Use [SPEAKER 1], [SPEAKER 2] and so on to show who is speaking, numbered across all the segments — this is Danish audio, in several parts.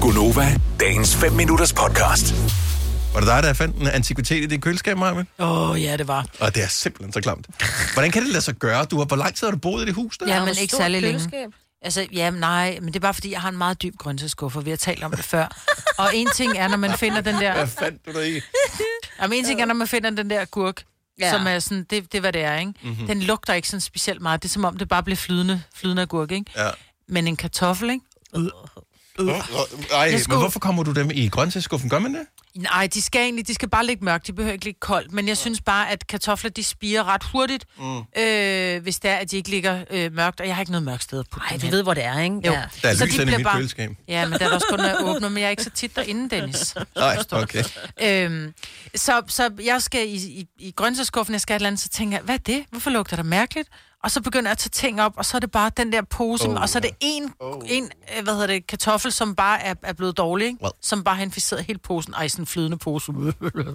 [SPEAKER 1] Gunova, dagens 5 minutters podcast.
[SPEAKER 2] Var det dig, der fandt en antikvitet i dit køleskab, Marvin?
[SPEAKER 3] Åh, oh, ja, det var.
[SPEAKER 2] Og det er simpelthen så klamt. Hvordan kan det lade sig gøre? Du har, hvor lang tid har du boet i det hus der?
[SPEAKER 3] Ja,
[SPEAKER 4] Der er
[SPEAKER 3] men
[SPEAKER 4] jo
[SPEAKER 3] ikke
[SPEAKER 4] stort
[SPEAKER 3] særlig længe.
[SPEAKER 4] køleskab.
[SPEAKER 3] Altså, ja, men nej, men det er bare fordi, jeg har en meget dyb grøntsagsskuffer. Vi har talt om det før. Og en ting er, når man finder den der...
[SPEAKER 2] Hvad fandt du der i?
[SPEAKER 3] Jamen, en ting er, når man finder den der gurk, ja.
[SPEAKER 4] Ja.
[SPEAKER 3] som er sådan, det, det er, hvad det er, ikke? Mm-hmm. Den lugter ikke sådan specielt meget. Det er som om, det bare bliver flydende, flydende agurk, ikke?
[SPEAKER 2] Ja.
[SPEAKER 3] Men en kartoffel, ikke?
[SPEAKER 2] Ej,
[SPEAKER 3] Jeg
[SPEAKER 2] men
[SPEAKER 3] skulle-
[SPEAKER 2] hvorfor kommer du dem i grøntsagsskuffen? Gør man det?
[SPEAKER 3] Nej, de skal egentlig, de skal bare ligge mørkt, de behøver ikke ligge koldt, men jeg synes bare, at kartofler, de spiger ret hurtigt, mm. øh, hvis det er, at de ikke ligger øh, mørkt, og jeg har ikke noget mørkt sted at putte
[SPEAKER 4] Ej,
[SPEAKER 3] dem
[SPEAKER 4] du
[SPEAKER 3] hen.
[SPEAKER 4] ved, hvor det er, ikke?
[SPEAKER 3] Jo.
[SPEAKER 4] Ja.
[SPEAKER 2] Der er
[SPEAKER 3] Så
[SPEAKER 2] lys
[SPEAKER 3] de
[SPEAKER 2] inde i
[SPEAKER 3] bliver
[SPEAKER 2] mit
[SPEAKER 3] bare-
[SPEAKER 2] køleskab.
[SPEAKER 3] Ja, men der er da også kun, når jeg åbner, men jeg er ikke så tit derinde, Dennis.
[SPEAKER 2] Nej, okay.
[SPEAKER 3] Øhm, så, så jeg skal i, i, i grøntsagsskuffen, jeg skal et eller andet, så tænker jeg, hvad er det? Hvorfor lugter det mærkeligt? Og så begynder jeg at tage ting op, og så er det bare den der pose,
[SPEAKER 2] Oh,
[SPEAKER 3] oh, og så er det en, oh. en øh, hvad hedder det, kartoffel, som bare er, er blevet dårlig, ikke?
[SPEAKER 2] Well.
[SPEAKER 3] som bare har inficeret hele posen. Ej, sådan en flydende pose.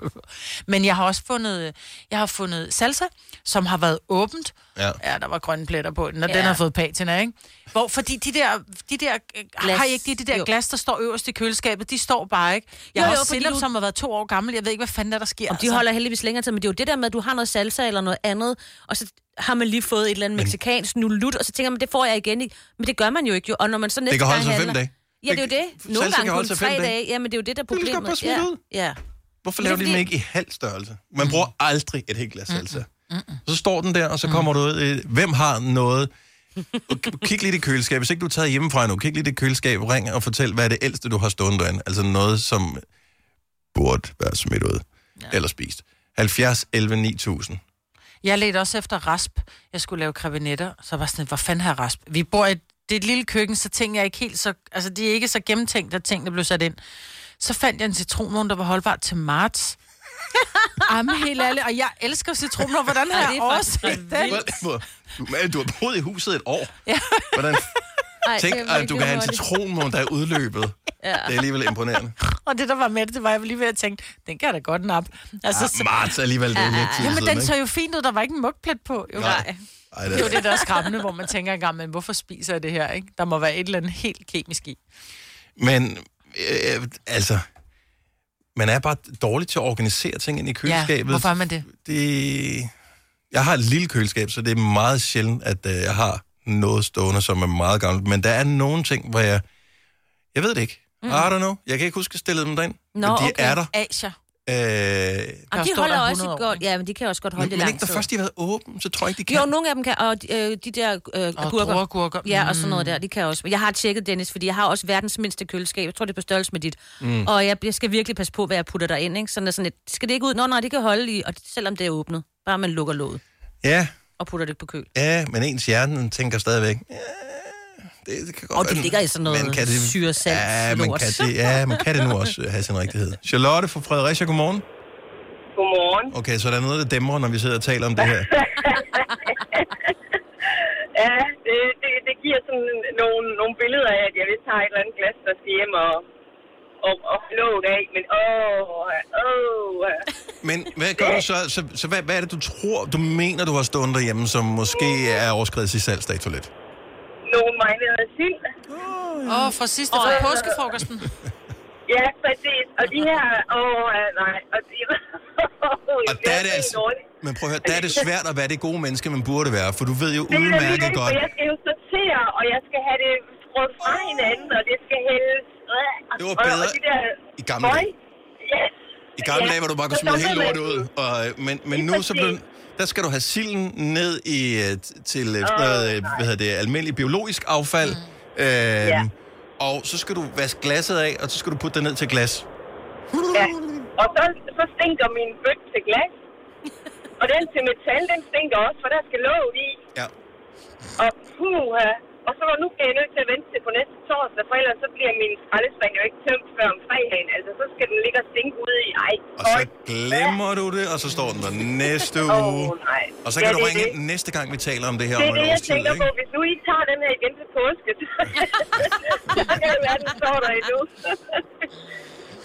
[SPEAKER 3] Men jeg har også fundet, øh, jeg har fundet salsa, som har været åbent.
[SPEAKER 2] Ja.
[SPEAKER 3] ja der var grønne pletter på den, og
[SPEAKER 4] Ja.
[SPEAKER 3] den har fået patina, ikke? Hvor, fordi de der, de der øh,
[SPEAKER 4] Glas.
[SPEAKER 3] har I ikke det, de der
[SPEAKER 4] Jo.
[SPEAKER 3] glas, der står øverst i køleskabet, de står bare ikke. Jeg
[SPEAKER 4] Jo,
[SPEAKER 3] har
[SPEAKER 4] jo,
[SPEAKER 3] også
[SPEAKER 4] fordi
[SPEAKER 3] sennep,
[SPEAKER 4] du-
[SPEAKER 3] som har været to år gammel. Jeg ved ikke, hvad fanden der, der sker. Altså,
[SPEAKER 4] Om de holder heldigvis længere tid, men det er jo det der med, at du har noget salsa eller noget andet, og så har man lige fået et eller andet mexikansk nulut, og så tænker man, det får jeg igen. ikke? Men det gør man jo ikke, jo. og når man så næste
[SPEAKER 2] Det kan holde
[SPEAKER 4] gang
[SPEAKER 2] sig fem
[SPEAKER 4] handler-
[SPEAKER 2] dage.
[SPEAKER 4] Ja, det er jo det. Nogle
[SPEAKER 2] Salsa kan
[SPEAKER 4] gange kun
[SPEAKER 2] holde sig
[SPEAKER 4] tre
[SPEAKER 2] fem
[SPEAKER 4] dage.
[SPEAKER 2] dage.
[SPEAKER 4] dage. Ja, men det er jo det, der er
[SPEAKER 2] kan du lige så godt
[SPEAKER 4] problemet.
[SPEAKER 2] bare smide
[SPEAKER 4] ja.
[SPEAKER 2] ud.
[SPEAKER 4] ja.
[SPEAKER 2] Hvorfor
[SPEAKER 4] Men
[SPEAKER 2] laver
[SPEAKER 4] det er
[SPEAKER 2] de
[SPEAKER 4] fordi- Mm.
[SPEAKER 2] dem ikke i halv størrelse? Man bruger aldrig et helt glas salsa. Så står den der, og så
[SPEAKER 4] Mm.
[SPEAKER 2] kommer du ud. øh, Hvem har noget? Og k- Kig lidt i køleskabet. Hvis ikke du er taget hjemmefra nu, kig lidt i køleskabet. Ring og fortæl, hvad er det ældste, du har stående derinde. Altså noget, som burde være smidt ud. Eller spist. 70, 11, 9000.
[SPEAKER 3] Jeg ledte også efter rasp. Jeg skulle lave krebinetter, så var sådan, hvor fanden har jeg rasp? Vi bor i et, det er et lille køkken, så ting jeg ikke helt så... Altså, de er ikke så gennemtænkt, at tingene blev sat ind. Så fandt jeg en citronmåne, der var holdbar til marts. Jamen, helt ærligt. Og jeg elsker citroner. Hvordan har
[SPEAKER 4] Ej,
[SPEAKER 3] jeg
[SPEAKER 4] det er faktisk
[SPEAKER 3] overset den?
[SPEAKER 2] Hvor- Du, man, du har boet i huset et år.
[SPEAKER 3] Ja.
[SPEAKER 2] Hvordan,
[SPEAKER 4] Ej,
[SPEAKER 2] tænk,
[SPEAKER 4] det er
[SPEAKER 2] at du kan have en
[SPEAKER 4] virkelig hurtigt.
[SPEAKER 2] citronmåne, der er udløbet. Det er alligevel imponerende.
[SPEAKER 3] Og det, der var med det, det var, at jeg var lige ved at tænke, den kan jeg da godt nappe. Altså,
[SPEAKER 2] Ah, Marts er alligevel det er lidt tid
[SPEAKER 3] Jamen,
[SPEAKER 2] siden,
[SPEAKER 3] den
[SPEAKER 2] ikke?
[SPEAKER 3] så jo fint ud. Der var ikke en mugplet på. Jo.
[SPEAKER 2] Nej. Ej, det er-
[SPEAKER 3] Det er jo det, der er skræmmende, hvor man tænker engang, men hvorfor spiser jeg det her, ikke? Der må være et eller andet helt kemisk i.
[SPEAKER 2] Men øh, altså, man er bare dårlig til at organisere ting ind i køleskabet.
[SPEAKER 3] Ja, hvorfor er man det?
[SPEAKER 2] det? Jeg har et lille køleskab, så det er meget sjældent, at øh, jeg har noget stående, som er meget gammelt. Men der er nogle ting, hvor jeg... Jeg ved det ikke. Mm. I don't know. Jeg kan ikke huske, at jeg stillede dem derind.
[SPEAKER 4] Nå,
[SPEAKER 2] men de
[SPEAKER 4] okay.
[SPEAKER 2] er der.
[SPEAKER 3] Asia.
[SPEAKER 2] Øh,
[SPEAKER 4] Jamen,
[SPEAKER 3] Der
[SPEAKER 4] de
[SPEAKER 3] står
[SPEAKER 4] holder
[SPEAKER 3] der 100
[SPEAKER 4] også et
[SPEAKER 3] år,
[SPEAKER 4] godt, ja, men de kan også godt holde
[SPEAKER 2] men
[SPEAKER 4] det
[SPEAKER 2] men ikke,
[SPEAKER 4] lang
[SPEAKER 2] når
[SPEAKER 4] tid.
[SPEAKER 2] først de har været åbne, så tror jeg ikke, de kan.
[SPEAKER 4] Jo, nogle af dem kan, og øh, de der øh,
[SPEAKER 3] Og
[SPEAKER 4] gurker.
[SPEAKER 3] druergurker.
[SPEAKER 4] Ja, og sådan noget der, det kan jeg også. Jeg har tjekket, Dennis, fordi jeg har også verdens mindste køleskab. Jeg tror, det er på størrelse med dit. Mm. Og jeg, jeg skal virkelig passe på, hvad jeg putter derind. Ikke? Sådan, er sådan et, skal det ikke ud? Nå, nej, det kan holde i, og selvom det er åbnet. Bare man lukker låget
[SPEAKER 2] Ja,
[SPEAKER 4] og putter det på køl.
[SPEAKER 2] ja, men ens hjerne den tænker stadigvæk. Ja, det, det kan godt
[SPEAKER 4] Og det
[SPEAKER 2] være,
[SPEAKER 4] ligger i sådan noget
[SPEAKER 2] men kan det-
[SPEAKER 4] syresalt
[SPEAKER 2] Ja, men
[SPEAKER 4] lort.
[SPEAKER 2] kan det, ja, men kan det nu også øh, have sin rigtighed? Charlotte fra Fredericia, godmorgen.
[SPEAKER 5] Godmorgen.
[SPEAKER 2] Okay, så der er noget, der dæmrer, når vi sidder og taler om det her.
[SPEAKER 5] Ja, det, det, det giver sådan nogle, nogle billeder af, at jeg vist har et eller andet glas, der skal hjem og, og, og låget af. Men åh, åh.
[SPEAKER 2] Men hvad gør du så? Så, så hvad, hvad er det, du tror, du mener, du har stående derhjemme, som måske er overskrevet i salgsdato lidt?
[SPEAKER 5] Nogle marinerede sild.
[SPEAKER 3] Åh, oh, fra sidste fra påskefrokosten.
[SPEAKER 5] Ja, præcis. Og de her, åh, nej. Og de,
[SPEAKER 2] Og der er det altså... Men prøv at høre, der er det svært at være det gode menneske, man burde være, for du ved jo
[SPEAKER 5] Det er da lige
[SPEAKER 2] udmærket
[SPEAKER 5] det,
[SPEAKER 2] godt.
[SPEAKER 5] for jeg skal jo sortere, og jeg skal have det strået fra hinanden, og det skal hældes. øh, og-
[SPEAKER 2] Det var
[SPEAKER 5] og-
[SPEAKER 2] bedre
[SPEAKER 5] og de der
[SPEAKER 2] i gamle dage.
[SPEAKER 5] møg. Ja.
[SPEAKER 2] I gamle
[SPEAKER 5] Ja,
[SPEAKER 2] dage, hvor du bare kunne
[SPEAKER 5] så
[SPEAKER 2] smide hele
[SPEAKER 5] dumpede man
[SPEAKER 2] lortet ud.
[SPEAKER 5] den.
[SPEAKER 2] Og, øh, men men
[SPEAKER 5] Lige
[SPEAKER 2] nu så blev,
[SPEAKER 5] præcis.
[SPEAKER 2] der skal du have silden ned i, øh, t- til øh, sådan noget, øh, hvad hedder det, almindelig biologisk affald. Mm. Øhm, Og så skal du vaske glasset af, og så skal du putte det ned til glas.
[SPEAKER 5] Ja. Og så, så stinker min bøtte til glas. Og den til metal, den stinker også, for der skal låget i.
[SPEAKER 2] Ja.
[SPEAKER 5] Og puha. Og så var nu bliver jeg nødt til at vente til på næste torsdag, for ellers så bliver min skraldespand jo ikke tømt før om fredagen. Altså, så skal den ligge og stinke ude i. Ej,
[SPEAKER 2] Og så glemmer du det, og så står den der næste uge.
[SPEAKER 5] Åh, nej.
[SPEAKER 2] Og så kan
[SPEAKER 5] Ja,
[SPEAKER 2] du
[SPEAKER 5] det er
[SPEAKER 2] ringe
[SPEAKER 5] det.
[SPEAKER 2] ind næste gang, vi taler om det her
[SPEAKER 5] Det
[SPEAKER 2] om
[SPEAKER 5] er
[SPEAKER 2] et
[SPEAKER 5] det,
[SPEAKER 2] års
[SPEAKER 5] jeg
[SPEAKER 2] tid,
[SPEAKER 5] tænker på.
[SPEAKER 2] ikke?
[SPEAKER 5] Hvis du ikke tager den her igen til påske, så kan det være, den står der endnu.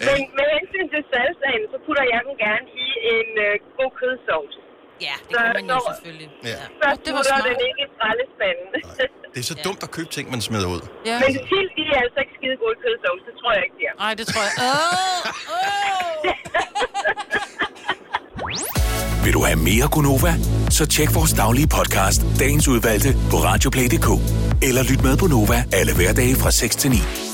[SPEAKER 5] Men med hensyn til salsaen, så putter jeg den gerne i en øh, god kødsovs.
[SPEAKER 4] Ja, det
[SPEAKER 5] Så-
[SPEAKER 4] kan man jo
[SPEAKER 5] så-
[SPEAKER 4] selvfølgelig.
[SPEAKER 2] Ja.
[SPEAKER 5] Så
[SPEAKER 3] Åh, det var
[SPEAKER 5] smutter
[SPEAKER 3] smart.
[SPEAKER 5] den ikke i skraldespanden.
[SPEAKER 2] Det er så dumt at købe ting, man smider ud.
[SPEAKER 3] Ja.
[SPEAKER 5] Men sild, de er altså ikke skide gode kødsovs. Det tror jeg ikke, de er.
[SPEAKER 3] Nej, det tror jeg. Åh, åh.
[SPEAKER 1] Vil du have mere Gunova? Så tjek vores daglige podcast, dagens udvalgte, på radioplay.dk. Eller lyt med på Nova alle hverdage fra 6 til 9.